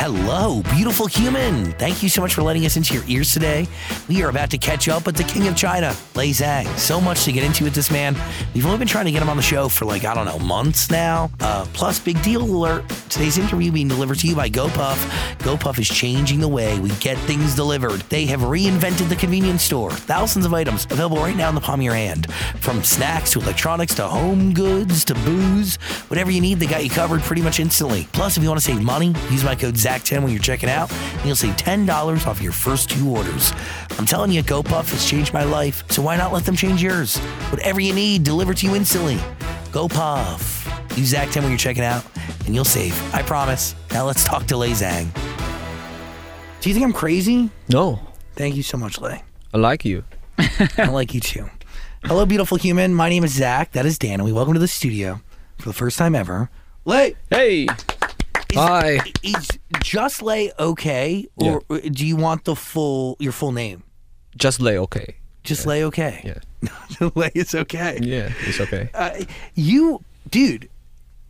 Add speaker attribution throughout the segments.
Speaker 1: Hello, beautiful human. Thank you so much for letting us into your ears today. We are about to catch up with the king of China, Lei Zhang. So much to get into with this man. We've only been trying to get him on the show for like, I don't know, months now. Uh, plus, big deal alert. Today's interview being delivered to you by GoPuff. GoPuff is changing the way we get things delivered. They have reinvented the convenience store. Thousands of items available right now in the palm of your hand. From snacks to electronics to home goods to booze, whatever you need, they got you covered pretty much instantly. Plus, if you want to save money, use my code Zach10 when you're checking out, and you'll save $10 off your first two orders. I'm telling you, GoPuff has changed my life, so why not let them change yours? Whatever you need, delivered to you instantly. GoPuff. Use Zach10 when you're checking out, and you'll save. I promise. Now let's talk to Lei Zhang. Do you think I'm crazy?
Speaker 2: No,
Speaker 1: Thank you so much, Lei.
Speaker 2: I like you.
Speaker 1: I like you too. Hello, beautiful human. My name is Zach. That is Dan, and we welcome to the studio for the first time ever. Lei,
Speaker 2: Hey. Hi.
Speaker 1: is just Lei okay, or do you want the full your full name?
Speaker 2: Just lay okay.
Speaker 1: Just Lay okay.
Speaker 2: Yeah.
Speaker 1: Lay is okay.
Speaker 2: Yeah, it's okay.
Speaker 1: Uh, you, dude,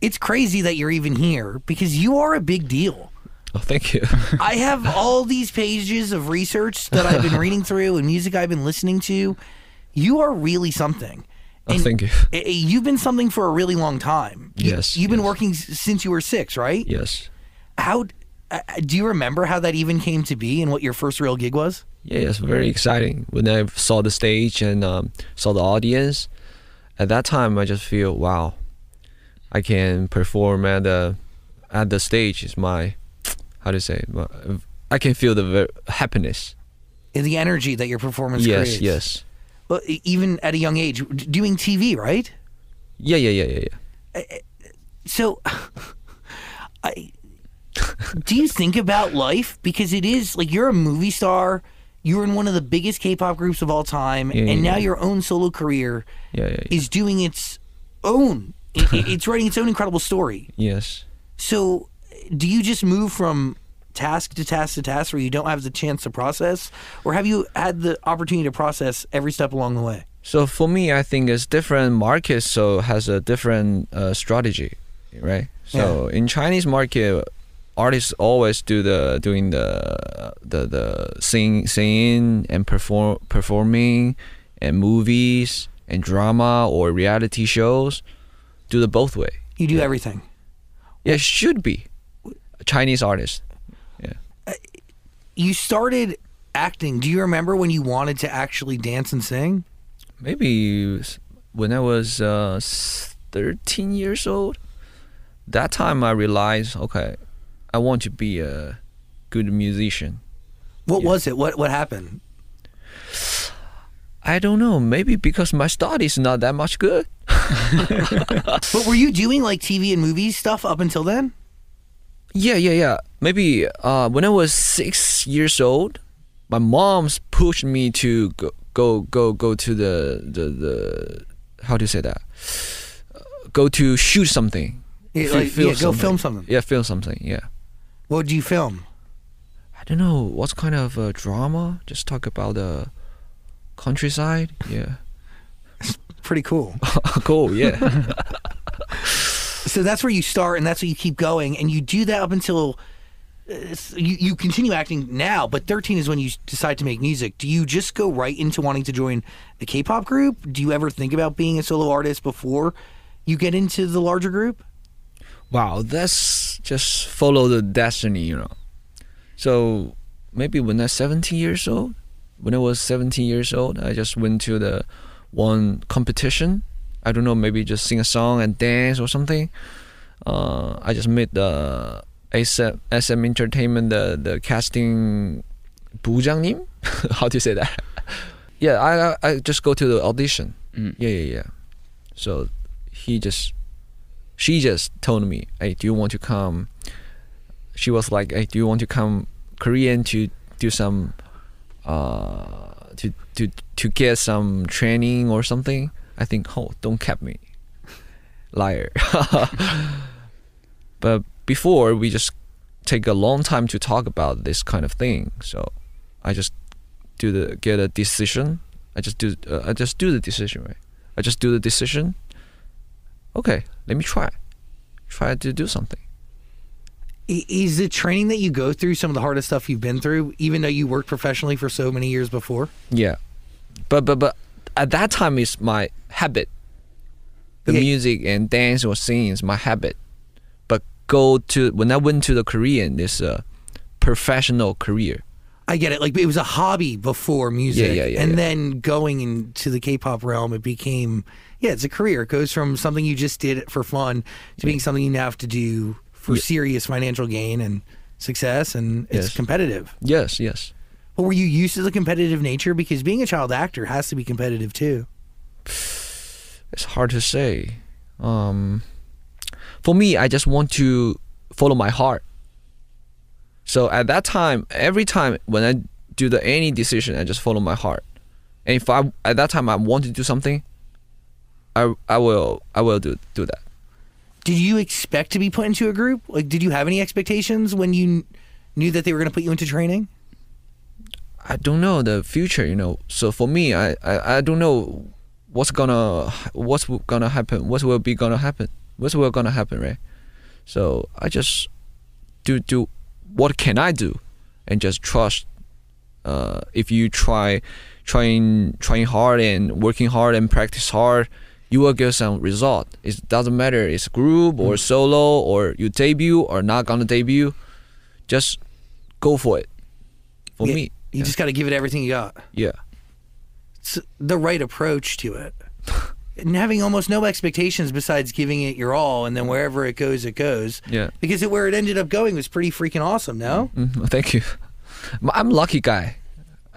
Speaker 1: it's crazy that you're even here because you are a big deal.
Speaker 2: Oh, thank you.
Speaker 1: I have all these pages of research that I've been reading through and music I've been listening to. You are really something.
Speaker 2: Oh,
Speaker 1: And
Speaker 2: thank you.
Speaker 1: i- i- You've been something for a really long time. You-
Speaker 2: Yes,
Speaker 1: You've been
Speaker 2: yes.
Speaker 1: working s- since you were six, right?
Speaker 2: Yes.
Speaker 1: How uh, do you remember how that even came to be and what your first real gig was?
Speaker 2: Yeah, it's very exciting. When I saw the stage and um, saw the audience, at that time I just feel wow, I can perform at the at the stage. Is my how do you say? My, I can feel the ver- happiness.
Speaker 1: The energy that your performance
Speaker 2: yes,
Speaker 1: creates.
Speaker 2: yes.
Speaker 1: Well, e- even at a young age, d- doing TV, right?
Speaker 2: Yeah, yeah, yeah, yeah, yeah.
Speaker 1: So, I do you think about life because it is like you're a movie star, you're in one of the biggest K-pop groups of all time,
Speaker 2: Yeah,
Speaker 1: and
Speaker 2: yeah,
Speaker 1: now your own solo career
Speaker 2: Yeah, yeah, yeah.
Speaker 1: is doing its own. i- i- it's writing its own incredible story.
Speaker 2: Yes.
Speaker 1: So, do you just move from task to task to task where you don't have the chance to process, or have you had the opportunity to process every step along the way?
Speaker 2: So for me, I think it's different markets, so has a different uh, strategy, right? So in Chinese market, artists always do the doing the the the sing singing and perform performing, and movies and drama or reality shows, do the both way.
Speaker 1: You do everything.
Speaker 2: Yeah, should be Chinese artists.
Speaker 1: You started acting. Do you remember when you wanted to actually dance and sing?
Speaker 2: maybe s- when I was uh, s- 13 years old, that time I realized, okay, I want to be a good musician.
Speaker 1: What was it? What what happened?
Speaker 2: I don't know, maybe because my studies not that much good.
Speaker 1: But were you doing like TV and movie stuff up until then?
Speaker 2: Yeah, yeah, yeah. Maybe uh, when I was six years old, my mom's pushed me to go, go, go, go to the the the how do you say that? Go to shoot something.
Speaker 1: Yeah,
Speaker 2: Fi-
Speaker 1: like- yeah, go film something.
Speaker 2: Yeah, film something. Yeah.
Speaker 1: What did you film?
Speaker 2: I don't know what's kind of uh, drama. Just talk about the countryside. Yeah, Oh,
Speaker 1: Pretty cool.
Speaker 2: cool. Yeah,
Speaker 1: So that's where you start, and that's where you keep going, and you do that up until uh, s- you you continue acting now. But thirteen is when you decide to make music. Do you just go right into wanting to join a K-pop group? Do you ever think about being a solo artist before you get into the larger group?
Speaker 2: wow. That's just follow the destiny, you know. So maybe when I was 17 years old, when I was 17 years old, I just went to the one competition. I don't know, maybe just sing a song and dance or something. Uh, I just met the ASM, SM Entertainment, the the casting 부장님. How do you say that? yeah, I- I I just go to the audition. Yeah, yeah, yeah. So he just, she just told me, hey, do you want to come she was like, "Hey, do you want to come Korean to do some uh to to to get some training or something?" I think, "Oh, don't cap me, liar." but before we just take a long time to talk about this kind of thing, so I just do the get a decision. I just do uh, I just do the decision, right? I just do the decision. Okay, let me try. Try to do something.
Speaker 1: I- Is the training that you go through some of the hardest stuff you've been through, even though you worked professionally for so many years before?
Speaker 2: Yeah, but but but at that time it's my habit. The
Speaker 1: Yeah.
Speaker 2: music and dance or singing is my habit. But go to when I went to the Korean, it's a professional career.
Speaker 1: I get it. Like it was a hobby before music,
Speaker 2: yeah, yeah,
Speaker 1: and
Speaker 2: yeah.
Speaker 1: then going into the K-pop realm, it became yeah, it's a career. It goes from something you just did for fun to being something you now have to do for serious financial gain and success, and it's
Speaker 2: Yes.
Speaker 1: competitive.
Speaker 2: Yes, yes.
Speaker 1: But were you used to the competitive nature? Because being a child actor has to be competitive too.
Speaker 2: It's hard to say. Um, for me, I just want to follow my heart. So at that time, every time when I do the any decision, I just follow my heart. And if I at that time I want to do something, I I will I will do do that.
Speaker 1: Did you expect to be put into a group? Like, did you have any expectations when you kn- knew that they were going to put you into training?
Speaker 2: I don't know the future, you know. So for me, I, I, I don't know what's gonna what's gonna happen, what will be gonna happen, what's will gonna happen, right? So I just do do what can I do, and just trust. Uh, if you try, trying trying hard and working hard and practice hard, you will get some result. It doesn't matter it's group or solo or you debut or not gonna debut, just go for it. For
Speaker 1: Yeah,
Speaker 2: me,
Speaker 1: you
Speaker 2: yeah.
Speaker 1: just got to give it everything you got.
Speaker 2: Yeah.
Speaker 1: it's the right approach to it. And having almost no expectations besides giving it your all, and then wherever it goes, it goes.
Speaker 2: Yeah.
Speaker 1: Because it, where it ended up going was pretty freaking awesome. No,
Speaker 2: Mm, thank you. M- I'm lucky guy.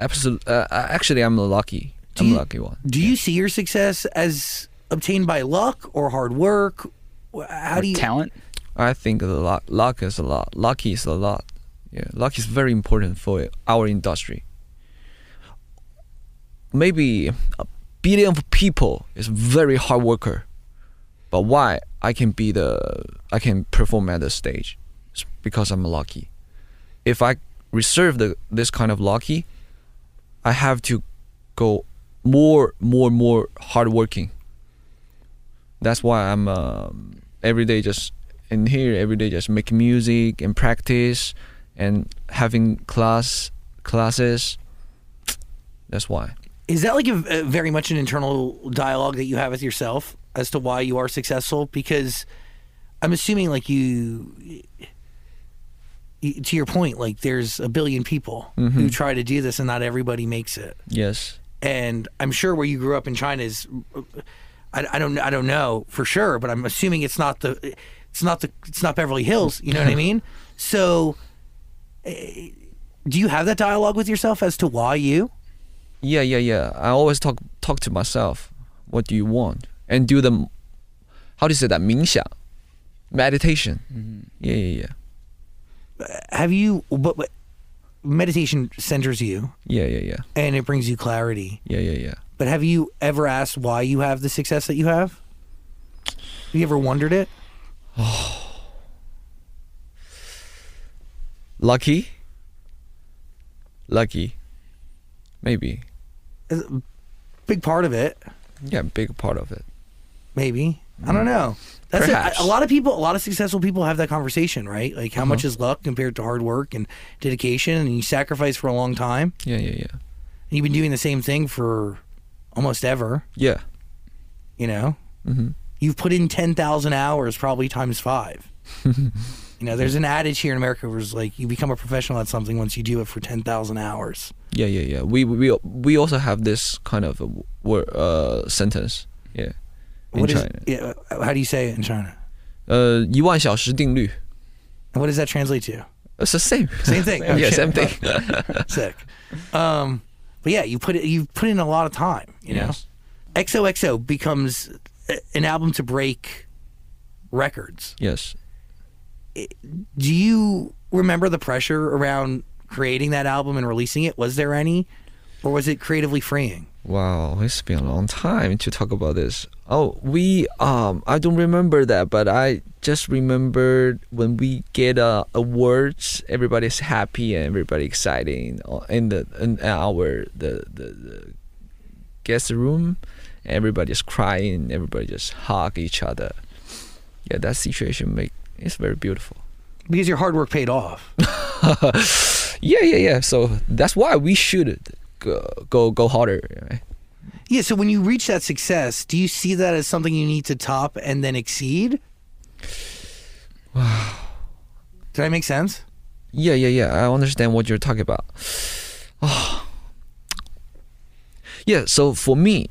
Speaker 2: Absolutely. Uh, uh, actually, I'm lucky. I'm
Speaker 1: you-
Speaker 2: lucky one.
Speaker 1: do you see your success as obtained by luck or hard work? Wh- How do you?
Speaker 3: talent?
Speaker 2: I think the luck, luck is a lot. Lucky is a lot. Yeah, luck is very important for our industry. Maybe a billion of people is very hard worker, but why I can be the I can perform at the stage, it's because I'm lucky. If I reserve the this kind of lucky, I have to go more, more, more hardworking. That's why I'm um, every day just in here, every day just making music and practice and having class classes. That's why.
Speaker 1: Is that like a, a very much an internal dialogue that you have with yourself as to why you are successful? Because I'm assuming, like you, you to your point, like there's a billion people who try to do this, and not everybody makes it.
Speaker 2: Yes.
Speaker 1: and I'm sure where you grew up in China is, I, I don't I don't know for sure, but I'm assuming it's not the, it's not the it's not Beverly Hills. You know what I mean? So, eh, do you have that dialogue with yourself as to why you?
Speaker 2: Yeah, yeah, yeah. I always talk talk to myself. What do you want? And do the how do you say that? 冥想 meditation. Yeah, yeah, yeah.
Speaker 1: Have you? But, but meditation centers you
Speaker 2: Yeah, yeah, yeah.
Speaker 1: and it brings you clarity.
Speaker 2: Yeah, yeah, yeah.
Speaker 1: But have you ever asked why you have the success that you have? Have you ever wondered it?
Speaker 2: Lucky? Lucky. Maybe.
Speaker 1: Big part of it.
Speaker 2: Yeah, big part of it.
Speaker 1: maybe i don't know that's it. I-
Speaker 2: Mm. Perhaps.
Speaker 1: a lot of people a lot of successful people have that conversation right like how
Speaker 2: Uh-huh.
Speaker 1: much is luck compared to hard work and dedication and you sacrifice for a long time
Speaker 2: Yeah, yeah, yeah.
Speaker 1: and you've been
Speaker 2: Mm-hmm.
Speaker 1: doing the same thing for almost ever
Speaker 2: Yeah.
Speaker 1: you know
Speaker 2: Mhm.
Speaker 1: you've put in 10,000 hours probably times 5 you know there's an adage here in america where it's like you become a professional at something once you do it for 10,000 hours
Speaker 2: Yeah, yeah, yeah. We we we also have this kind of word uh sentence. Yeah. In
Speaker 1: What is?
Speaker 2: China.
Speaker 1: yeah, how do you say it in china
Speaker 2: Uh, 一万小时定律.
Speaker 1: and what does that translate to
Speaker 2: It's the same.
Speaker 1: Same thing.
Speaker 2: yeah, same thing.
Speaker 1: sick. Um, but yeah, you put it, you put in a lot of time. You know,
Speaker 2: Yes.
Speaker 1: XOXO becomes a- an album to break records.
Speaker 2: yes.
Speaker 1: Do you remember the pressure around creating that album and releasing it? Was there any, or was it creatively freeing?
Speaker 2: Wow, it's been a long time to talk about this. Oh, we um, I don't remember that, but I just remembered when we get uh, awards, everybody's happy and everybody exciting uh, in the in our the, the the guest room, everybody's crying, everybody just hug each other. Yeah, that situation make it's very beautiful.
Speaker 1: Because your hard work paid off.
Speaker 2: yeah, yeah, yeah. So that's why we should go go, go harder. Right?
Speaker 1: yeah. So when you reach that success, do you see that as something you need to top and then exceed? Did I make sense?
Speaker 2: Yeah, yeah, yeah. I understand what you're talking about. Oh. Yeah, so for me,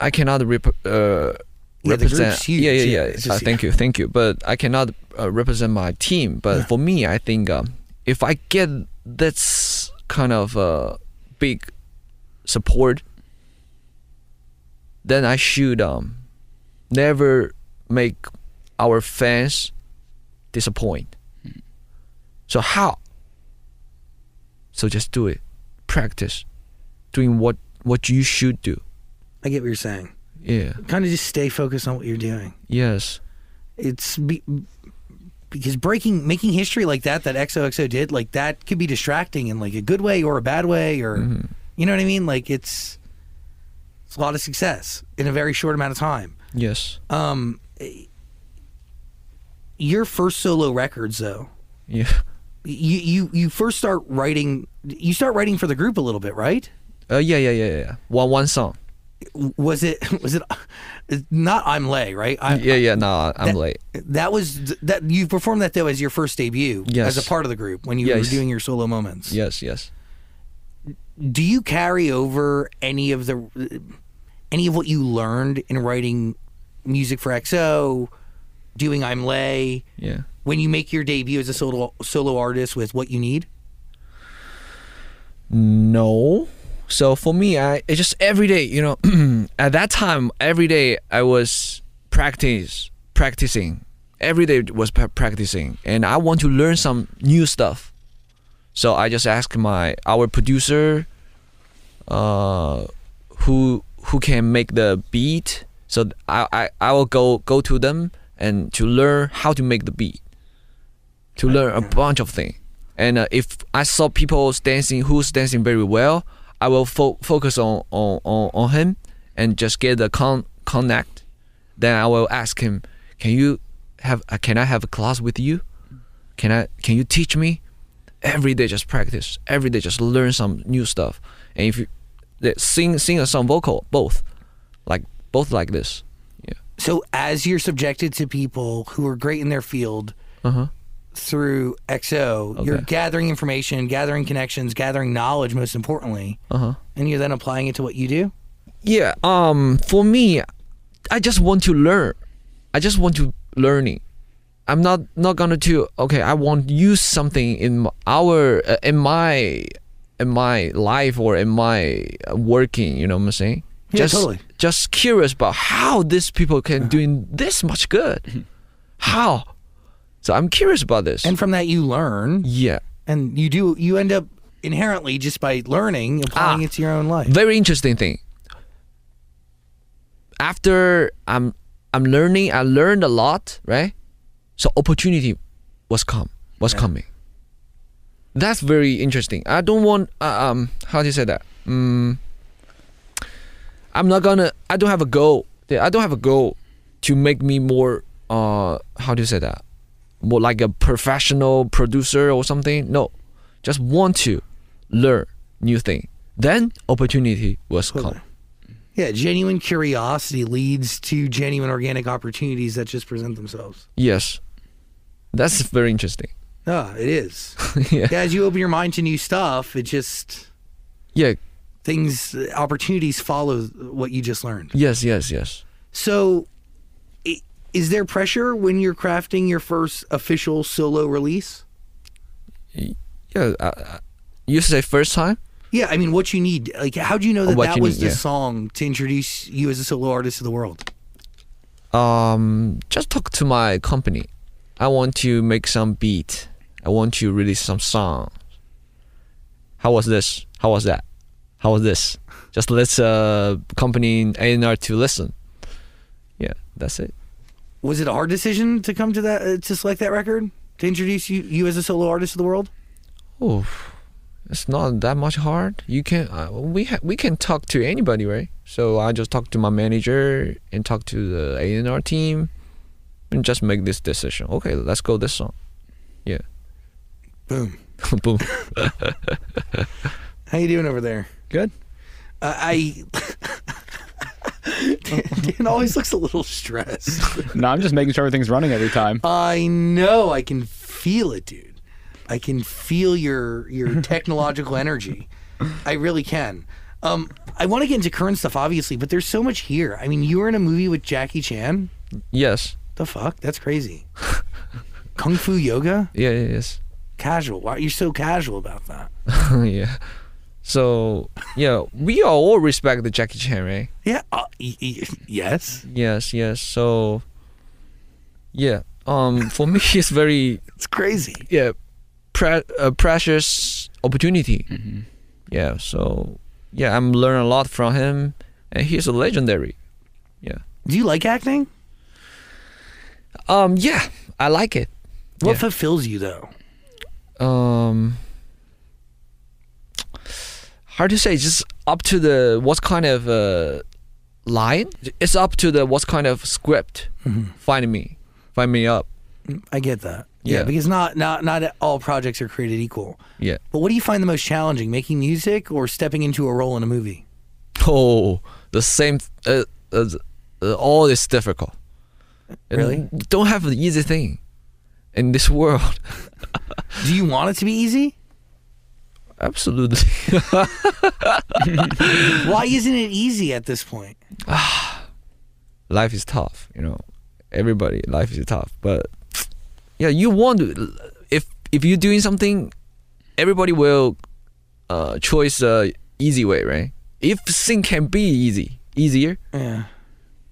Speaker 2: I cannot rep- uh,
Speaker 1: Yeah, the group's
Speaker 2: represent.
Speaker 1: huge,
Speaker 2: yeah, yeah,
Speaker 1: yeah,
Speaker 2: yeah.
Speaker 1: it's
Speaker 2: Uh,
Speaker 1: just
Speaker 2: thank you, thank you. But I cannot uh, represent my team. But for me, I think um, if I get that's kind of uh, big support, then I should um, never make our fans disappoint.
Speaker 1: Hmm.
Speaker 2: So how? So just do it. Practice doing what what you should do.
Speaker 1: I get what you're saying.
Speaker 2: Yeah.
Speaker 1: Kind of just stay focused on what you're doing.
Speaker 2: Yes.
Speaker 1: It's be, because breaking, making history like that that XOXO did, like that could be distracting in like a good way or a bad way, or
Speaker 2: Mm-hmm.
Speaker 1: you know what I mean. Like it's it's a lot of success in a very short amount of time.
Speaker 2: Yes.
Speaker 1: Um, eh, your first solo records though,
Speaker 2: Yeah.
Speaker 1: you you you first start writing. You start writing for the group a little bit, right?
Speaker 2: Uh, yeah, yeah, yeah, yeah, yeah. One one song.
Speaker 1: Was it was it not I'm Lay, right? I,
Speaker 2: Yeah, yeah. No, I'm
Speaker 1: Uh, that-
Speaker 2: late.
Speaker 1: That was that you performed that though as your first debut
Speaker 2: Yes.
Speaker 1: as a part of the group when you
Speaker 2: Yes.
Speaker 1: were doing your solo moments.
Speaker 2: Yes, yes.
Speaker 1: Do you carry over any of the any of what you learned in writing music for XO, doing I'm Lay,
Speaker 2: Yeah.
Speaker 1: when you make your debut as a solo solo artist with what you need?
Speaker 2: No. So for me, I it's just every day. You know, at that time, every day I was practice practicing. Every day was pra- practicing, and I want to learn some new stuff. So I just asked my our producer, uh, who who can make the beat. So th- I, I I will go go to them and to learn how to make the beat, to learn a bunch of things. And uh, if I saw people dancing who's dancing very well, I will fo- focus on, on, on, on him and just get the con- connect. Then I will ask him, can you have uh, can I have a class with you? Can I can you teach me? Every day just practice. Every day just learn some new stuff. And if you the- sing sing a song vocal both like both like this yeah
Speaker 1: So as you're subjected to people who are great in their field
Speaker 2: uh-huh
Speaker 1: through XO, you're gathering information, gathering connections, gathering knowledge most importantly,
Speaker 2: uh-huh
Speaker 1: and you're then applying it to what you do?
Speaker 2: yeah um for me i just want to learn i just want to learning i'm not not gonna do okay i want use something in m- our uh, in my in my life or in my uh, working you know what i'm saying
Speaker 1: Yeah,
Speaker 2: just
Speaker 1: totally.
Speaker 2: just curious about how these people can doing this much good how so i'm curious about this
Speaker 1: Mm-hmm. And from that you learn
Speaker 2: yeah
Speaker 1: and you do you end up inherently just by learning applying
Speaker 2: Ah.
Speaker 1: it to your own life.
Speaker 2: very interesting thing. After I'm I'm learning, I learned a lot, right? So opportunity was come was coming. That's very interesting. I don't want uh, um how do you say that? Mm, I'm not gonna. I don't have a goal. Yeah, I don't have a goal to make me more. Uh, how do you say that? More like a professional producer or something. No, just want to learn new thing. Then opportunity was come.
Speaker 1: Yeah, genuine curiosity leads to genuine organic opportunities that just present themselves.
Speaker 2: Yes, that's very interesting.
Speaker 1: Ah, it is.
Speaker 2: yeah,
Speaker 1: Yeah, As you open your mind to new stuff, it just
Speaker 2: yeah,
Speaker 1: things opportunities follow what you just learned.
Speaker 2: yes, yes, yes.
Speaker 1: So, i- is there pressure when you're crafting your first official solo release?
Speaker 2: Yeah, uh, uh, you say first time.
Speaker 1: Yeah, I mean, what you need, like, how do you know that
Speaker 2: what
Speaker 1: that
Speaker 2: you
Speaker 1: was
Speaker 2: need,
Speaker 1: the
Speaker 2: yeah.
Speaker 1: song to introduce you as a solo artist to the world?
Speaker 2: um just talk to my company i want to make some beat I want to release some song. How was this? How was that? How was this? Just let's uh company A and R to listen. Yeah, that's it.
Speaker 1: Was it a hard decision to come to that uh, to select that record to introduce you you as a solo artist to the world?
Speaker 2: Oh, it's not that much hard. You can uh, we ha- we can talk to anybody, right? So I just talk to my manager and talk to the A and R team, and just make this decision. Okay, let's go this song. Yeah,
Speaker 1: Boom.
Speaker 2: boom.
Speaker 1: How you doing over there?
Speaker 2: Good.
Speaker 1: Uh, I. Dan always looks a little stressed.
Speaker 3: No, I'm just making sure everything's running every time.
Speaker 1: I know. I can feel it, dude. I can feel your your technological energy. I really can. Um, I want to get into current stuff, obviously, but there's so much here. I mean, you were in a movie with Jackie Chan.
Speaker 2: Yes.
Speaker 1: The fuck? That's crazy. Kung Fu Yoga?
Speaker 2: Yeah. yeah, Yes.
Speaker 1: Casual. Why are you so casual about that?
Speaker 2: yeah. So yeah, we all, all respect the Jackie Chan, right?
Speaker 1: Yeah. Uh, y- y- yes.
Speaker 2: Yes. Yes. So yeah. Um, for me, it's very
Speaker 1: It's crazy.
Speaker 2: yeah, pre- a precious opportunity. Yeah, so yeah, I'm learning a lot from him, and he's a legendary. Yeah.
Speaker 1: Do you like acting?
Speaker 2: Um. Yeah, I like it.
Speaker 1: What
Speaker 2: Yeah.
Speaker 1: fulfills you though?
Speaker 2: Um. Hard to say. it's Just up to the what kind of uh, line. It's up to the what kind of script. Find me, find me up.
Speaker 1: I get that. Yeah,
Speaker 2: Yeah.
Speaker 1: because not not not all projects are created equal.
Speaker 2: Yeah.
Speaker 1: But what do you find the most challenging, making music or stepping into a role in a movie?
Speaker 2: Oh, the same. Uh, uh, uh, all is difficult. And
Speaker 1: Really?
Speaker 2: Don't have the easy thing in this world.
Speaker 1: Do you want it to be easy?
Speaker 2: Absolutely.
Speaker 1: Why isn't it easy at this point?
Speaker 2: life is tough. You know, everybody life is tough. But yeah, you want to. If if you're doing something, everybody will uh, choose the easy way, right? If thing can be easy, easier,
Speaker 1: Yeah.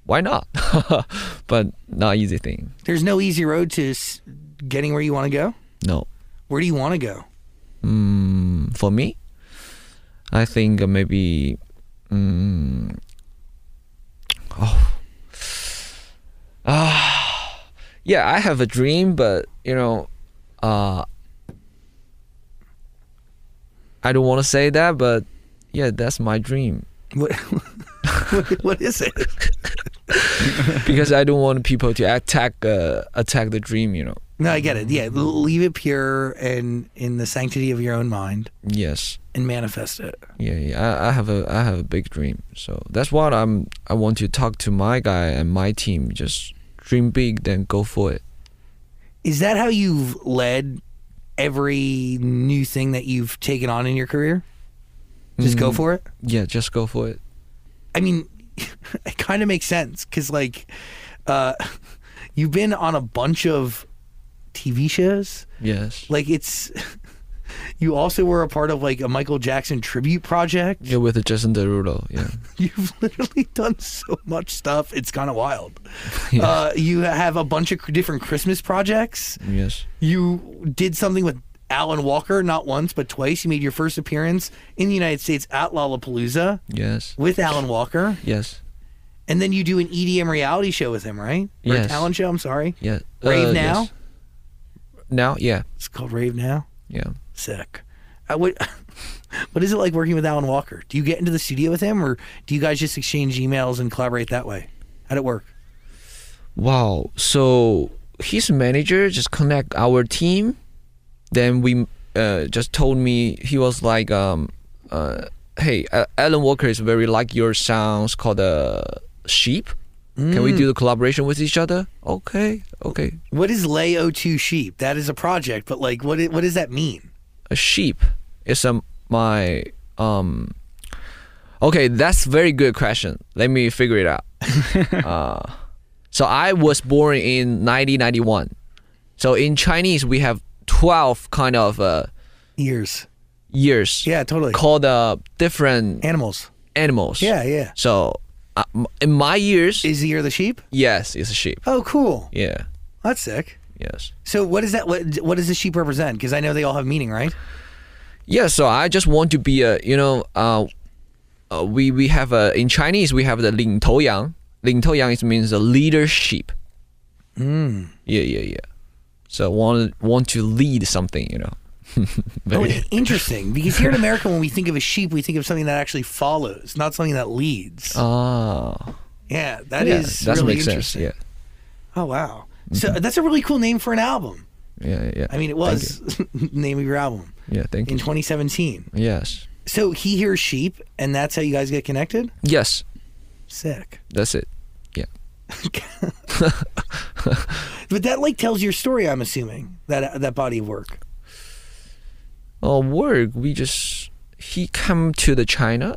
Speaker 2: why not? but not easy thing.
Speaker 1: There's no easy road to s- getting where you want to go.
Speaker 2: No.
Speaker 1: Where do you want to go?
Speaker 2: Mm, for me, I think uh, maybe. Mm, oh. Ah. yeah, I have a dream, but you know, uh, I don't want to say that, but yeah, that's my dream
Speaker 1: What what, what is it?
Speaker 2: because I don't want people to attack uh, attack the dream. You know.
Speaker 1: No, I get it. Yeah, l- leave it pure and in the sanctity of your own mind
Speaker 2: Yes.
Speaker 1: and manifest it.
Speaker 2: Yeah, yeah. I, I have a I have a big dream. So that's what I'm I want to talk to my guy and my team. Just dream big, then go for it.
Speaker 1: Is that how you've led every new thing that you've taken on in your career? Just go for it?
Speaker 2: Yeah, just go for it.
Speaker 1: I mean, it kind of makes sense because, like, uh, you've been on a bunch of TV shows.
Speaker 2: Yes.
Speaker 1: Like, it's. You also were a part of like a Michael Jackson tribute project.
Speaker 2: Yeah, with Jason Derulo. Yeah.
Speaker 1: You've literally done so much stuff. It's kind of wild. Uh, you have a bunch of different Christmas projects.
Speaker 2: yes.
Speaker 1: You did something with Alan Walker, not once, but twice. You made your first appearance in the United States at Lollapalooza
Speaker 2: Yes.
Speaker 1: with Alan Walker.
Speaker 2: Yes.
Speaker 1: And then you do an EDM reality show with him, right? Or a
Speaker 2: Yes.
Speaker 1: talent show, I'm sorry.
Speaker 2: Yeah. Uh,
Speaker 1: Rave now?
Speaker 2: yes. Now, yeah,
Speaker 1: It's called Rave Now.
Speaker 2: yeah.
Speaker 1: Sick. I would, what is it like working with Alan Walker? Do you get into the studio with him or do you guys just exchange emails and collaborate that way? How'd it work?
Speaker 2: Wow. So his manager just connect our team. Then we uh, just told me he was like, um, uh, "Hey, uh, Alan Walker is very like your sounds called uh, sheep. Can we do the collaboration with each other? Okay, okay.
Speaker 1: What is Lay O2 Sheep? That is a project, but like, what, i- what does that mean?
Speaker 2: A sheep is um, my um. Okay, that's very good question. Let me figure it out. uh, so I was born in 1991. So in Chinese, we have 12 kind of uh,
Speaker 1: Ears.
Speaker 2: years
Speaker 1: Yeah, totally.
Speaker 2: called uh, different
Speaker 1: Animals.
Speaker 2: animals.
Speaker 1: Yeah, yeah.
Speaker 2: So uh, m- in my years,
Speaker 1: Is the ear the sheep?
Speaker 2: yes, it's a sheep.
Speaker 1: Oh, cool.
Speaker 2: Yeah.
Speaker 1: That's sick.
Speaker 2: Yes.
Speaker 1: So what is that? What what does the sheep represent? Because I know they all have meaning, right?
Speaker 2: Yeah, so I just want to be a you know uh, uh we we have a in Chinese we have the 领头羊.领头羊is means the leadership.
Speaker 1: Hmm.
Speaker 2: Mm. Yeah, yeah, yeah. So want want to lead something, you know.
Speaker 1: Oh,
Speaker 2: Very-
Speaker 1: interesting. Because here in America, when we think of a sheep, we think of something that actually follows, not something that leads.
Speaker 2: Ah,
Speaker 1: yeah, that
Speaker 2: Oh. yeah,
Speaker 1: is
Speaker 2: that
Speaker 1: really
Speaker 2: makes sense.
Speaker 1: interesting.
Speaker 2: Yeah,
Speaker 1: Oh wow. So that's a really cool name for an album.
Speaker 2: yeah, yeah.
Speaker 1: I mean, it
Speaker 2: Thank
Speaker 1: was name of your album
Speaker 2: you. Yeah, thank
Speaker 1: in
Speaker 2: you.
Speaker 1: 2017.
Speaker 2: Yes,
Speaker 1: So he hears sheep, and that's how you guys get connected.
Speaker 2: yes,
Speaker 1: Sick.
Speaker 2: that's it. Yeah.
Speaker 1: But that like tells your story. I'm assuming that that body of work.
Speaker 2: uh, work we just he come to the china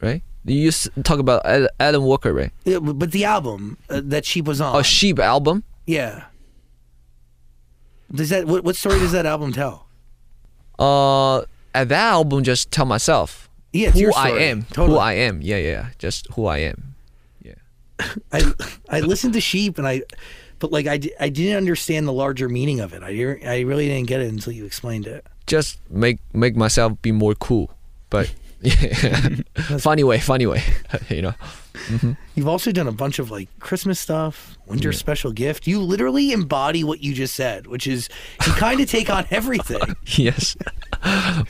Speaker 2: right you used to talk about Al- alan walker right
Speaker 1: Yeah, Uh, but but the album uh, that sheep was on.
Speaker 2: a sheep album
Speaker 1: yeah. Does that what, what story does that album tell?
Speaker 2: uh at that album just tell myself
Speaker 1: Yeah, it's
Speaker 2: who
Speaker 1: your
Speaker 2: i
Speaker 1: story.
Speaker 2: am
Speaker 1: Totally.
Speaker 2: who i am yeah yeah just who i am
Speaker 1: I I listened to Sheep and I, but like I, di- I didn't understand the larger meaning of it. I didn't- I really didn't get it until you explained it.
Speaker 2: just make make myself be more cool but yeah funny way funny way you know
Speaker 1: You've also done a bunch of like Christmas stuff, winter special gift. You literally embody what you just said, which is you kind of take on everything.
Speaker 2: yes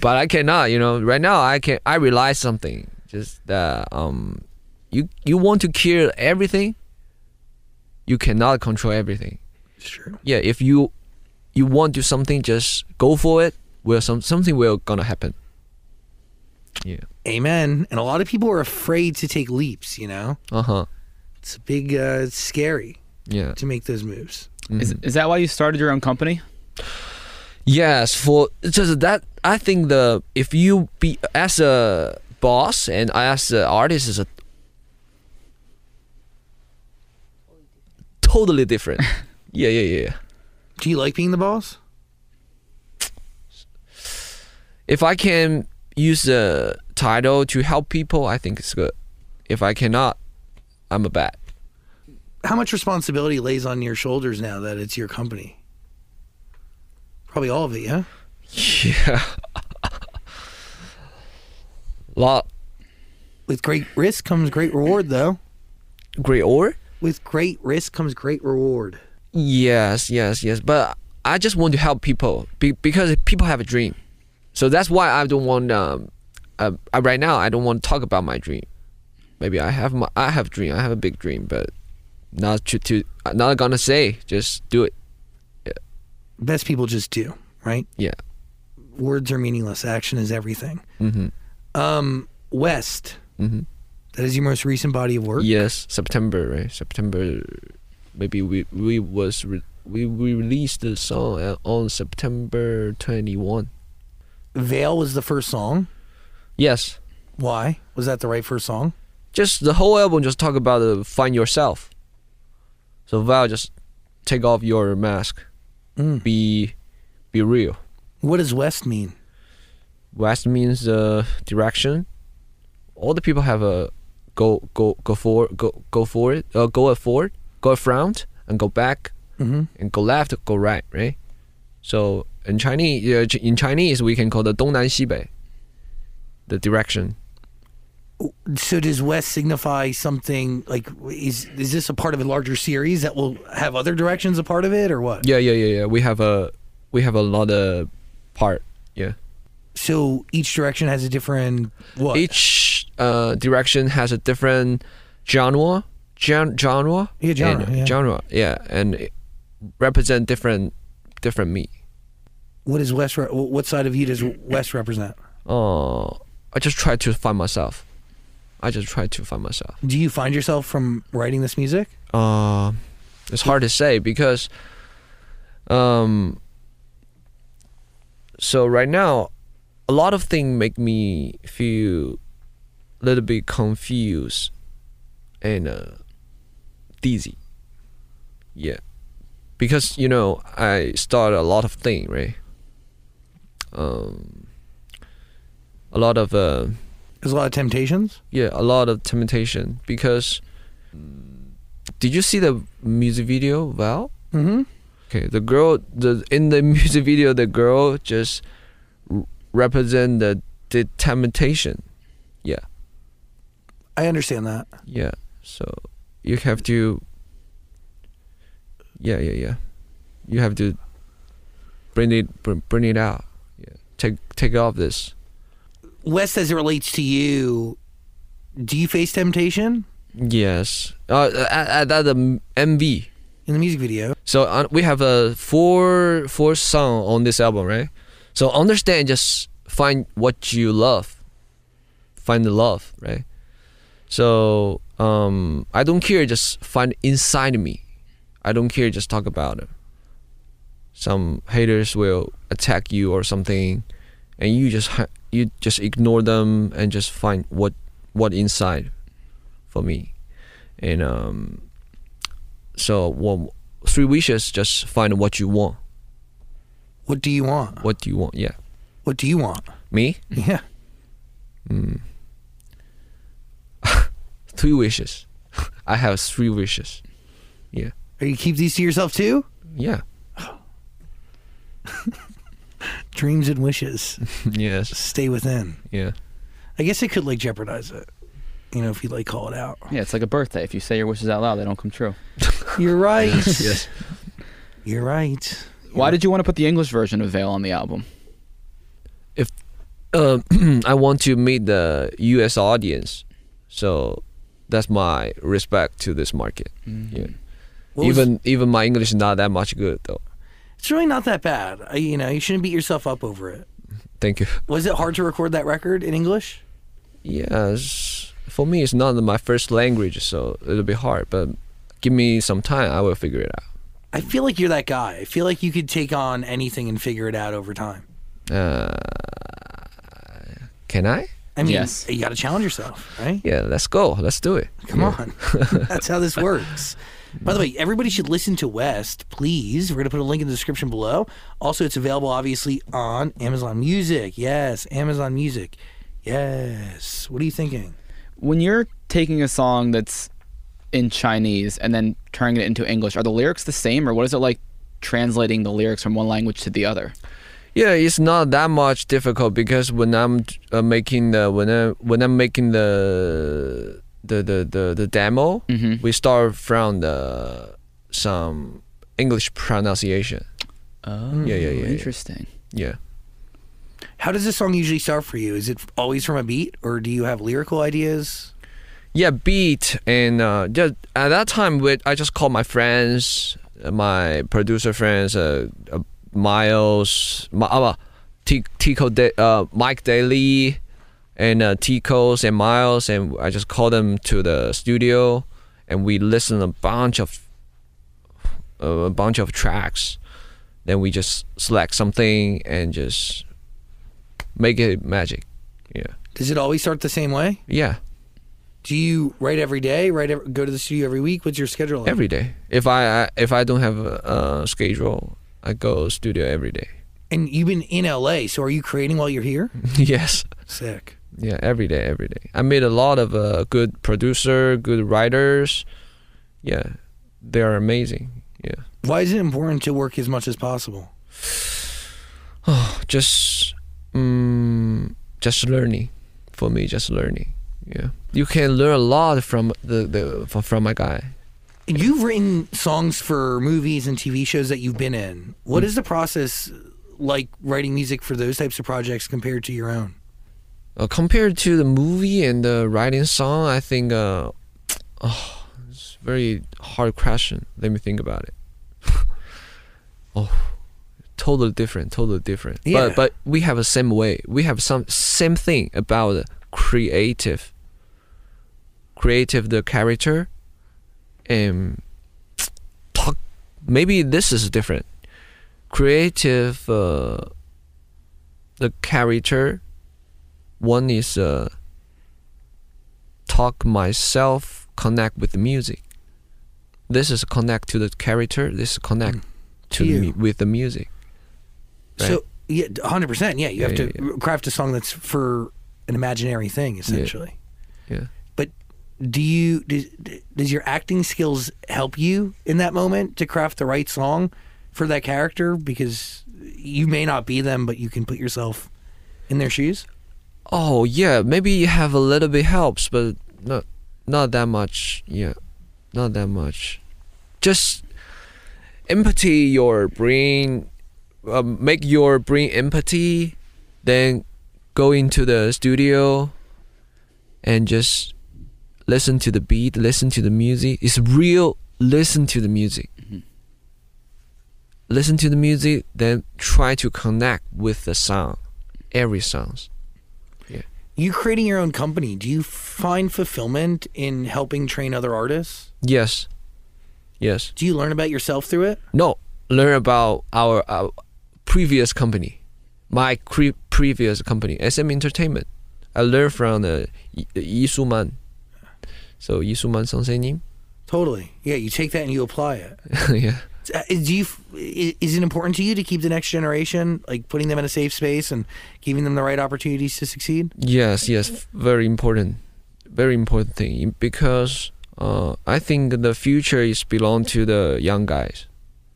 Speaker 2: but i cannot you know right now i can i realize something just that um you you want to kill everything you cannot control everything
Speaker 1: Sure.
Speaker 2: yeah if you you want to something just go for it will some something will gonna happen yeah
Speaker 1: Amen. And a lot of people are afraid to take leaps. You know,
Speaker 2: uh-huh
Speaker 1: it's a big, uh, it's scary
Speaker 2: yeah
Speaker 1: to make those moves.
Speaker 3: Is, is that why you started your own company?
Speaker 2: Yes, for just that I think the if you be as a boss and as an artist is a totally different. yeah, yeah, yeah.
Speaker 1: Do you like being the boss?
Speaker 2: If I can use the title to help people, I think it's good. If I cannot, I'm a bad.
Speaker 1: How much responsibility lays on your shoulders now that it's your company? Probably all of it, yeah.
Speaker 2: Yeah. Lot
Speaker 1: With great risk comes great reward, though.
Speaker 2: great or?
Speaker 1: With great risk comes great reward.
Speaker 2: Yes, yes, yes. But I just want to help people be, because people have a dream. So that's why I don't want. Um, uh, uh, right now, I don't want to talk about my dream. Maybe I have my, I have dream. I have a big dream, but not to, to I'm not gonna say. Just do it.
Speaker 1: Best people just do, right?
Speaker 2: Yeah.
Speaker 1: Words are meaningless. Action is everything. Mm-hmm. Um, West.
Speaker 2: Mhm.
Speaker 1: That is your most recent body of work.
Speaker 2: Yes. September, right? September. Maybe we we was re- we we released the song uh, on September twenty one.
Speaker 1: Veil was the first song.
Speaker 2: Yes.
Speaker 1: Why was that the right first song?
Speaker 2: just the whole album just talk about the find yourself. So Val just take off your mask, be be real.
Speaker 1: What does West mean?
Speaker 2: West means uh, direction. All the people have a go go go for go go for it. Uh, go forward, go front, and go back, and go left, go right, right. So in Chinese, yeah, Ch- in Chinese we can call the 东南西北, the direction.
Speaker 1: So does West signify something like is is this a part of a larger series that will have other directions a part of it or what?
Speaker 2: Yeah, yeah, yeah, yeah. We have a we have a lot of part. Yeah.
Speaker 1: So each direction has a different what?
Speaker 2: each uh, direction has a different genre, gen- genre,
Speaker 1: Yeah, genre,
Speaker 2: and,
Speaker 1: yeah.
Speaker 2: genre, yeah, and it represent different, different me.
Speaker 1: What is West? Re- what side of you does West represent?
Speaker 2: Uh, I just try to find myself. I just try to find myself.
Speaker 1: Do you find yourself from writing this music?
Speaker 2: Uh, it's hard to say because, um, so right now, a lot of things make me feel a little bit confused and uh, dizzy. Yeah, because you know I start a lot of things, right? Um, a lot of uh,
Speaker 1: There's a lot of temptations.
Speaker 2: yeah, a lot of temptation because. Did you see the music video, Val?
Speaker 1: Mm-hmm.
Speaker 2: Okay, the girl, the in the music video, the girl just r- represent the the temptation. Yeah,
Speaker 1: I understand that.
Speaker 2: yeah. So you have to. Yeah, yeah, yeah. You have to bring it, br- bring it out. Yeah, take take off this.
Speaker 1: Wes, as it relates to you, do you face temptation
Speaker 2: Yes. Uh, at, at the MV.
Speaker 1: in the music video?
Speaker 2: So uh, we have a four four song on this album, right? So understand, just find what you love, find the love, right? So um, I don't care, just find inside me. I don't care, just talk about it. Some haters will attack you or something, and you just ha- you just ignore them and just find what what inside for me, and um, so one, three wishes. Just find what you want.
Speaker 1: What do you want?
Speaker 2: What do you want? Yeah.
Speaker 1: What do you want?
Speaker 2: Me?
Speaker 1: Yeah.
Speaker 2: Three wishes. I have three wishes. Yeah.
Speaker 1: Are you keep these to yourself too?
Speaker 2: Yeah.
Speaker 1: Dreams and wishes.
Speaker 2: yes.
Speaker 1: Stay within.
Speaker 2: Yeah.
Speaker 1: I guess it could like jeopardize it. You know, if you like call it out.
Speaker 3: Yeah, it's like a birthday. If you say your wishes out loud, they don't come true.
Speaker 1: You're right.
Speaker 2: Yes.
Speaker 1: You're right.
Speaker 3: Why did you want to put the English version of Veil on the album?
Speaker 2: If um, I want to meet the U.S. audience, so that's my respect to this market. Yeah.
Speaker 1: Mm-hmm. What was-
Speaker 2: even even my English is not that much good though.
Speaker 1: It's really not that bad. I, you know, you shouldn't beat yourself up over it.
Speaker 2: Thank you.
Speaker 1: Was it hard to record that record in English?
Speaker 2: Yes. For me, it's not my first language, so it'll be hard. But give me some time, I will figure it out.
Speaker 1: I feel like you're that guy. I feel like you could take on anything and figure it out over time.
Speaker 2: Can I?
Speaker 1: I mean,
Speaker 3: Yes.
Speaker 1: you got to challenge yourself, right?
Speaker 2: Yeah, let's go. Let's do it.
Speaker 1: Come on. That's how this works. By the way, everybody should listen to West, please. We're going to put a link in the description below. Also, it's available, obviously, on Amazon Music. Yes, Amazon Music. Yes. What are you thinking?
Speaker 3: When you're taking a song that's in Chinese and then turning it into English, are the lyrics the same, or what is it like translating the lyrics from one language to the other?
Speaker 2: Yeah, it's not that much difficult because when I'm uh, making the when I when I'm making the the the the, the demo,
Speaker 1: Mm-hmm.
Speaker 2: we start from the some English pronunciation.
Speaker 3: Oh,
Speaker 2: Yeah, yeah, yeah, yeah.
Speaker 3: Interesting.
Speaker 2: Yeah.
Speaker 1: How does this song usually start for you? Is it always from a beat, or do you have lyrical ideas?
Speaker 2: yeah beat and uh just at that time with i just called my friends uh, my producer friends uh, uh miles my uh, T- tico da- uh mike daly and uh tico's and miles and i just called them to the studio and we listened a bunch of a bunch of tracks then we just select something and just make it magic yeah
Speaker 1: Does it always start the same way?
Speaker 2: yeah
Speaker 1: Do you write every day? Write ev- go to the studio every week? What's your schedule? like?
Speaker 2: every day. If I I- if I don't have a, uh schedule, I go studio every day.
Speaker 1: and you've been in LA, so are you creating while you're here?
Speaker 2: yes.
Speaker 1: Sick.
Speaker 2: Yeah, every day, every day. I meet a lot of uh, good producer, good writers. Yeah, they are amazing. Yeah,
Speaker 1: Why is it important to work as much as possible?
Speaker 2: just um, just learning for me, just learning. Yeah, you can learn a lot from the, the from, from my guy.
Speaker 1: You've written songs for movies and TV shows that you've been in.
Speaker 2: Hmm.
Speaker 1: What is the process like writing music for those types of projects compared to your own?
Speaker 2: uh, compared to the movie and the writing song, I think uh, oh, it's very hard question. Let me think about it. oh, totally different, totally different.
Speaker 1: Yeah.
Speaker 2: But but we have a same way. We have some same thing about the creative, creative the character, and talk. Maybe this is different. Creative, uh, the character one is uh, talk myself, connect with the music. This is connect to the character. This is connect
Speaker 1: To
Speaker 2: to the,
Speaker 1: you.
Speaker 2: mu- with the music.
Speaker 1: So, yeah, 100%. Yeah, you have
Speaker 2: Yeah,
Speaker 1: to
Speaker 2: yeah,
Speaker 1: craft a song that's for an imaginary thing, essentially.
Speaker 2: Yeah.
Speaker 1: But do you, does, does your acting skills help you in that moment to craft the right song for that character because you may not be them, but you can put yourself in their shoes?
Speaker 2: Oh yeah, maybe you have a little bit helps, but not not that much. Yeah, not that much. Just empathy your brain, uh, make your brain empathy, then go into the studio and just listen to the beat, listen to the music. It's real. Listen to the music. Listen to the music, then try to connect with the sound, every sounds.
Speaker 1: You creating your own company, do you find fulfillment in helping train other artists?
Speaker 2: Yes. Yes.
Speaker 1: Do you learn about yourself through it?
Speaker 2: No, learn about our, our previous company, my cre- previous company, SM Entertainment. I learned from the uh, Yi Suman. So Yi Suman sounds any name?
Speaker 1: Totally. Yeah, you take that and you apply it.
Speaker 2: yeah.
Speaker 1: Uh, Do you f- i- is it important to you to keep the next generation like putting them in a safe space and giving them the right opportunities to succeed?
Speaker 2: Yes, yes, very important, very important thing because uh, I think the future is belong to the young guys.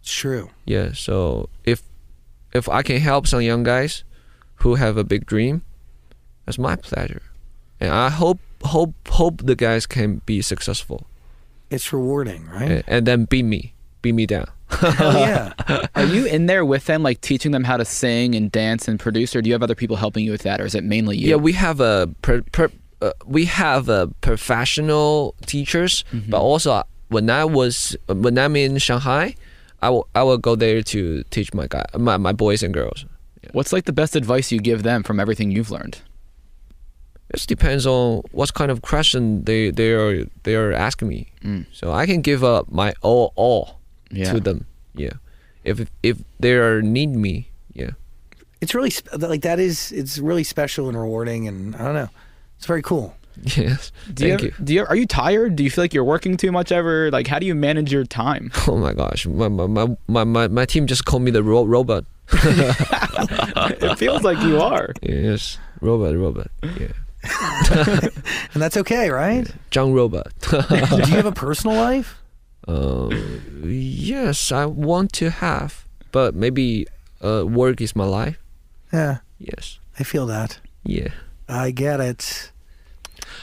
Speaker 1: It's true.
Speaker 2: yeah so if if i can help some young guys who have a big dream that's my pleasure and i hope hope hope the guys can be successful
Speaker 1: It's rewarding, right?
Speaker 2: and, and then beat me beat me down
Speaker 1: Hell yeah.
Speaker 3: Are you in there with them, like teaching them how to sing and dance and produce, or do you have other people helping you with that, or is it mainly you?
Speaker 2: yeah we have a per, per, uh, we have a professional teachers but also when i was when i'm in shanghai i will i will go there to teach my guy my, my boys and girls
Speaker 3: What's like the best advice you give them from everything you've learned?
Speaker 2: It depends on what kind of question they they are they are asking me. So I can give up my all all
Speaker 3: Mm. Yeah.
Speaker 2: to them. Yeah. If if they are need me, yeah.
Speaker 1: it's really sp- like that is it's really special and rewarding and I don't know. It's very cool.
Speaker 2: Yes.
Speaker 3: Do
Speaker 2: Thank you.
Speaker 3: you, ever- Do you are you tired? Do you feel like you're working too much ever? Like, how do you manage your time?
Speaker 2: Oh my gosh. My my my my, my, my team just called me the ro- robot.
Speaker 3: it feels like you are.
Speaker 2: Yes. Robot, robot. Yeah.
Speaker 1: And that's okay, right?
Speaker 2: John Robot.
Speaker 1: Do you have a personal life?
Speaker 2: uh, yes, I want to have, but maybe uh, work is my life.
Speaker 1: Yeah,
Speaker 2: Yes.
Speaker 1: I feel that.
Speaker 2: Yeah.
Speaker 1: I get it.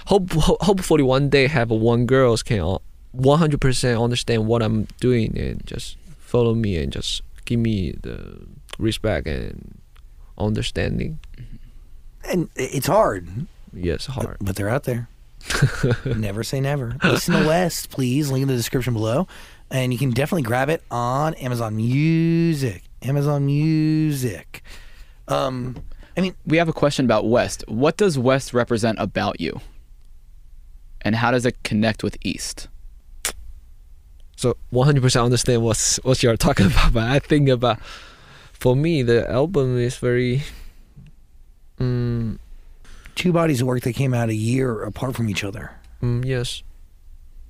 Speaker 2: hope, ho- hopefully one day have one girls can uh, one hundred percent understand what I'm doing and just follow me and just give me the respect and understanding.
Speaker 1: And i- it's hard,
Speaker 2: Yes, hard.
Speaker 1: but they're out there. never say never. Listen to West, please. Link in the description below. And you can definitely grab it on Amazon Music. Amazon Music. Um, I mean,
Speaker 3: We have a question about West. What does West represent about you? And how does it connect with East?
Speaker 2: So one hundred percent understand what's what you're talking about. But I think about for me the album is very. Mm,
Speaker 1: two bodies of work that came out a year apart from each other.
Speaker 2: Mm, yes.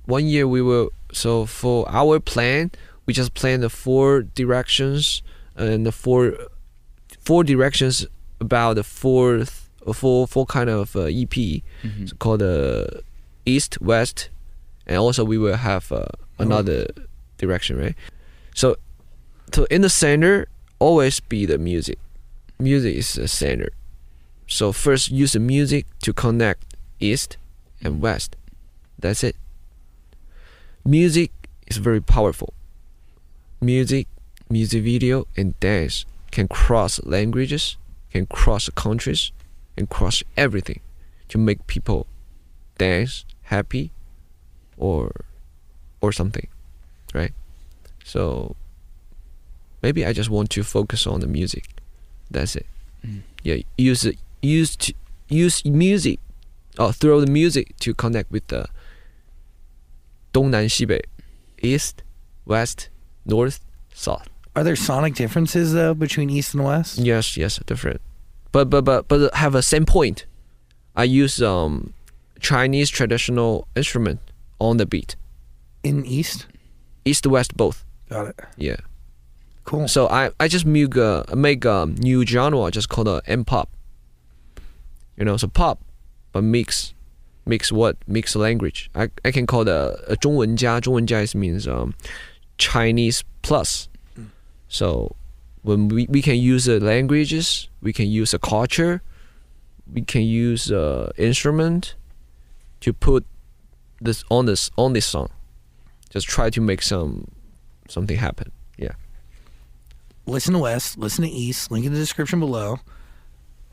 Speaker 2: One year we were so for our plan, we just planned the four directions and the four four directions about the fourth uh, four four kind of uh, EP it's called uh, East West, and also we will have uh, another direction, right? So, so in the center always be the music. Music is the center. So first use the music to connect east and west. That's it. Music is very powerful. Music, music video and dance can cross languages, can cross countries, and cross everything to make people dance, happy or or something. Right? So maybe I just want to focus on the music. That's it yeah use it use to, use music or throw the music to connect with the 东南西北 east west north south
Speaker 1: Are there sonic differences though between East and West?
Speaker 2: yes yes different but but but but have a same point i use um chinese traditional instrument on the beat
Speaker 1: In East,
Speaker 2: east west both
Speaker 1: got it.
Speaker 2: yeah
Speaker 1: Cool.
Speaker 2: so i i just make a, make a new genre just called uh, m pop you know so pop but mix mix what mix language i i can call the uh, 中文家 is means um chinese plus So when we, we can use the languages, we can use the culture, we can use the instrument to put this on this on this song. Just try to make some something happen. Yeah.
Speaker 1: Listen to West, listen to East, link in the description below.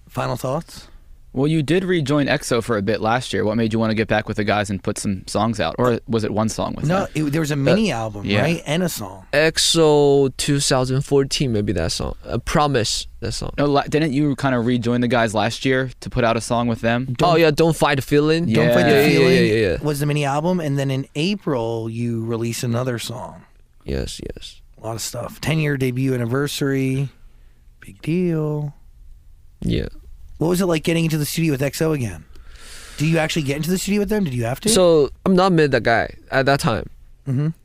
Speaker 1: Final thoughts?
Speaker 3: Well, you did rejoin EXO for a bit last year. What made you want to get back with the guys and put some songs out, or was it one song with
Speaker 1: No,
Speaker 3: them?
Speaker 1: it, there was a mini album,
Speaker 3: yeah.
Speaker 1: right? And a song.
Speaker 2: EXO 2014, maybe that song. I promise that song.
Speaker 3: No, la- didn't you kind of rejoin the guys last year to put out a song with them?
Speaker 2: oh yeah, don't fight the feeling.
Speaker 3: Don't
Speaker 2: yeah.
Speaker 3: Fight the
Speaker 2: yeah,
Speaker 1: Feeling
Speaker 2: Yeah, yeah, yeah, yeah.
Speaker 1: was the mini album, and then in April you release another song.
Speaker 2: Yes, yes,
Speaker 1: A lot of stuff. Ten year debut anniversary, big deal.
Speaker 2: yeah.
Speaker 1: What was it like getting into the studio with XO again? Do you actually get into the studio with them? Did you have to?
Speaker 2: So I'm not mad that guy at that time.
Speaker 1: Mhm.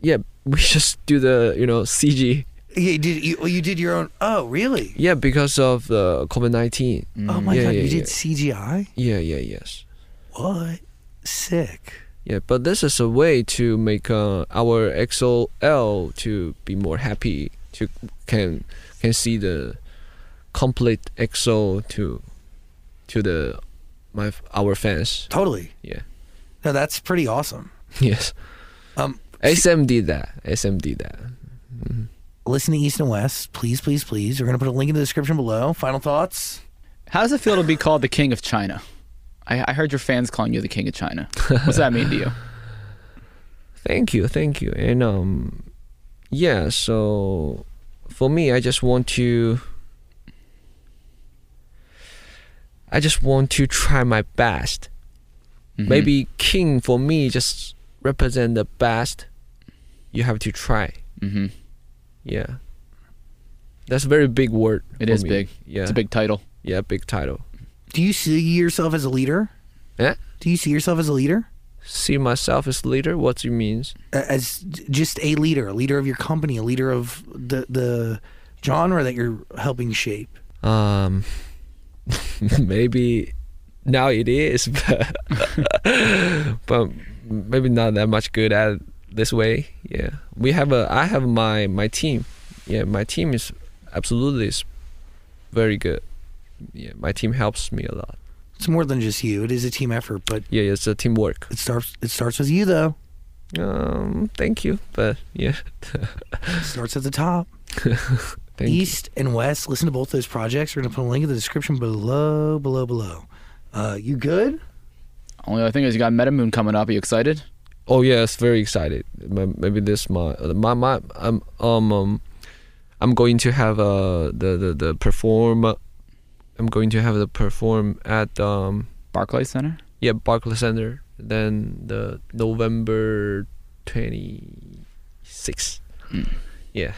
Speaker 2: Yeah, we just do the you know CG.
Speaker 1: you did you, well, you did your own? Oh, really?
Speaker 2: Yeah, because of the COVID nineteen.
Speaker 1: Oh my
Speaker 2: Mm, yeah,
Speaker 1: god, you
Speaker 2: yeah, yeah.
Speaker 1: did CGI?
Speaker 2: Yeah, yeah, yes.
Speaker 1: What? Sick.
Speaker 2: Yeah, but this is a way to make uh, our XOL to be more happy to can can see the complete XO to to the my our fans.
Speaker 1: Totally.
Speaker 2: Yeah.
Speaker 1: No, that's pretty awesome.
Speaker 2: Yes.
Speaker 1: Um,
Speaker 2: SM did that. SM did that.
Speaker 1: listen to East and West, please, please, please. We're gonna put a link in the description below. Final thoughts?
Speaker 3: How does it feel to be called the King of China? I, I heard your fans calling you the King of China. What's that mean to you?
Speaker 2: Thank you, thank you. And um yeah, so for me I just want to I just want to try my best.
Speaker 3: Mm-hmm.
Speaker 2: Maybe king for me just represent the best you have to try.
Speaker 3: Mm-hmm.
Speaker 2: Yeah. That's a very big word.
Speaker 3: It
Speaker 2: for
Speaker 3: is
Speaker 2: me.
Speaker 3: big.
Speaker 2: Yeah.
Speaker 3: It's a big title.
Speaker 2: yeah, big title.
Speaker 1: Do you see yourself as a leader?
Speaker 2: Yeah.
Speaker 1: Do you see yourself as a leader?
Speaker 2: See myself as leader, what it means.
Speaker 1: A- As j- just a leader, a leader of your company, a leader of the the genre that you're helping shape.
Speaker 2: Um, maybe now it is, but, but maybe not that much good at this way. Yeah, we have a. I have my my team. Yeah, my team is absolutely is very good. Yeah, my team helps me a lot.
Speaker 1: It's more than just you. It is a team effort, but
Speaker 2: Yeah, it's a teamwork.
Speaker 1: it starts it starts with you though.
Speaker 2: Um, thank you, but yeah,
Speaker 1: It starts at the top.
Speaker 2: thank you.
Speaker 1: East and West. Listen to both those projects. We're gonna put a link in the description below, below, below. Uh, you good?
Speaker 3: Only other thing is you got MetaMoon coming up. Are you excited?
Speaker 2: Oh yes, very excited. M- Maybe this my my my um um, um I'm going to have uh the the the perform. I'm going to have the perform at um
Speaker 3: Barclays Center?
Speaker 2: yeah Barclays Center. Then the November twenty six. Yeah,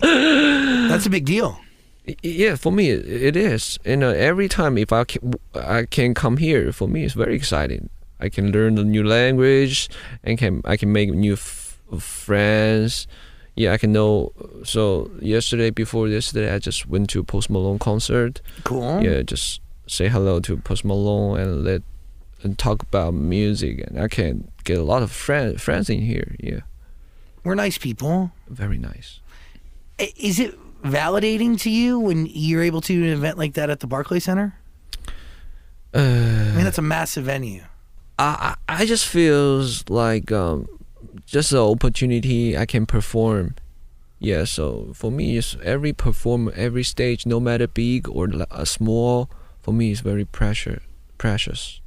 Speaker 1: That's a big deal.
Speaker 2: Y- yeah. For me, it it is. And uh, every time if I can, I can come here, for me it's very exciting. I can learn the new language and can I can make new f- friends. Yeah, I can know. So yesterday, before yesterday, I just went to Post Malone concert.
Speaker 1: Cool.
Speaker 2: Yeah, just say hello to Post Malone and let and talk about music, and I can get a lot of friend, friends in here. Yeah,
Speaker 1: We're nice people.
Speaker 2: very nice.
Speaker 1: I- Is it validating to you when you're able to do an event like that at the Barclay Center? I mean, that's a massive venue.
Speaker 2: I I I just feels like um just an opportunity I can perform. Yeah, so for me, it's every perform, every stage, no matter big or l- uh, small, for me is very pressure, precious.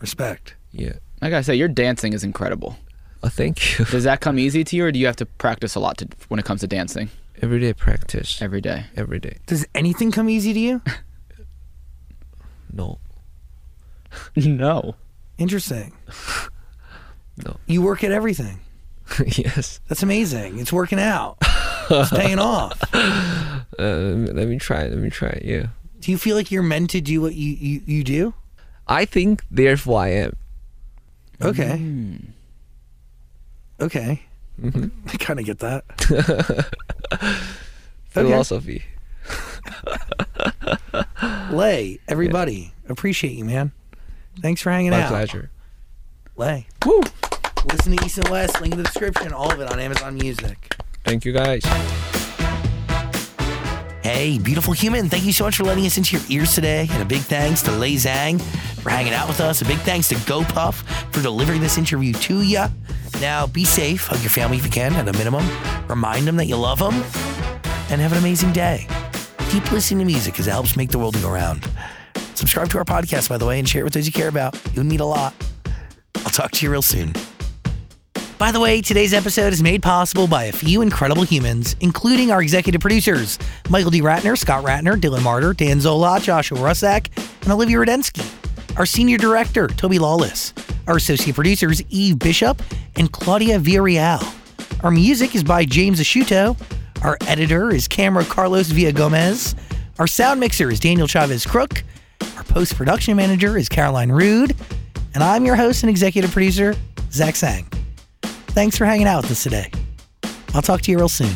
Speaker 1: Respect.
Speaker 2: Yeah,
Speaker 3: Like I say, your dancing is incredible.
Speaker 2: uh, thank you.
Speaker 3: Does that come easy to you, or do you have to practice a lot to, when it comes to dancing
Speaker 2: Everyday practice,
Speaker 3: every day?
Speaker 2: every day.
Speaker 1: Does anything come easy to you?
Speaker 2: No,
Speaker 3: no.
Speaker 1: Interesting.
Speaker 2: No.
Speaker 1: You work at everything.
Speaker 2: yes.
Speaker 1: That's amazing. It's working out. It's paying off.
Speaker 2: Uh, let me try. Let me try. Yeah,
Speaker 1: Do you feel like you're meant to do what you, you, you do?
Speaker 2: I think therefore I am.
Speaker 1: Okay. Okay. I kind of get that. okay.
Speaker 2: Philosophy.
Speaker 1: Lay, everybody, appreciate you, man. Thanks for hanging
Speaker 2: My
Speaker 1: out.
Speaker 2: pleasure.
Speaker 1: Lay.
Speaker 3: Woo.
Speaker 4: Listen to East and West. Link in the description. All of it on Amazon Music.
Speaker 2: Thank you guys.
Speaker 1: Hey, beautiful human, thank you so much for letting us into your ears today. And a big thanks to Lei Zhang for hanging out with us. A big thanks to GoPuff for delivering this interview to ya. Now, be safe, hug your family if you can, at a minimum. Remind them that you love them, and have an amazing day. Keep listening to music because it helps make the world go round. Subscribe to our podcast, by the way, and share it with those you care about. It would mean a lot. I'll talk to you real soon. By the way, today's episode is made possible by a few incredible humans, including our executive producers Michael D. Ratner, Scott Ratner, Dylan Martyr, Dan Zola, Joshua Rusak, and Olivia Rudensky. Our senior director, Toby Lawless. Our associate producers, Eve Bishop and Claudia Villarreal. Our music is by James Asciuto. Our editor is Camera Carlos Villa Gomez. Our sound mixer is Daniel Chavez Crook. Our post production manager is Caroline Rude. And I'm your host and executive producer, Zach Sang. Thanks for hanging out with us today. I'll talk to you real soon.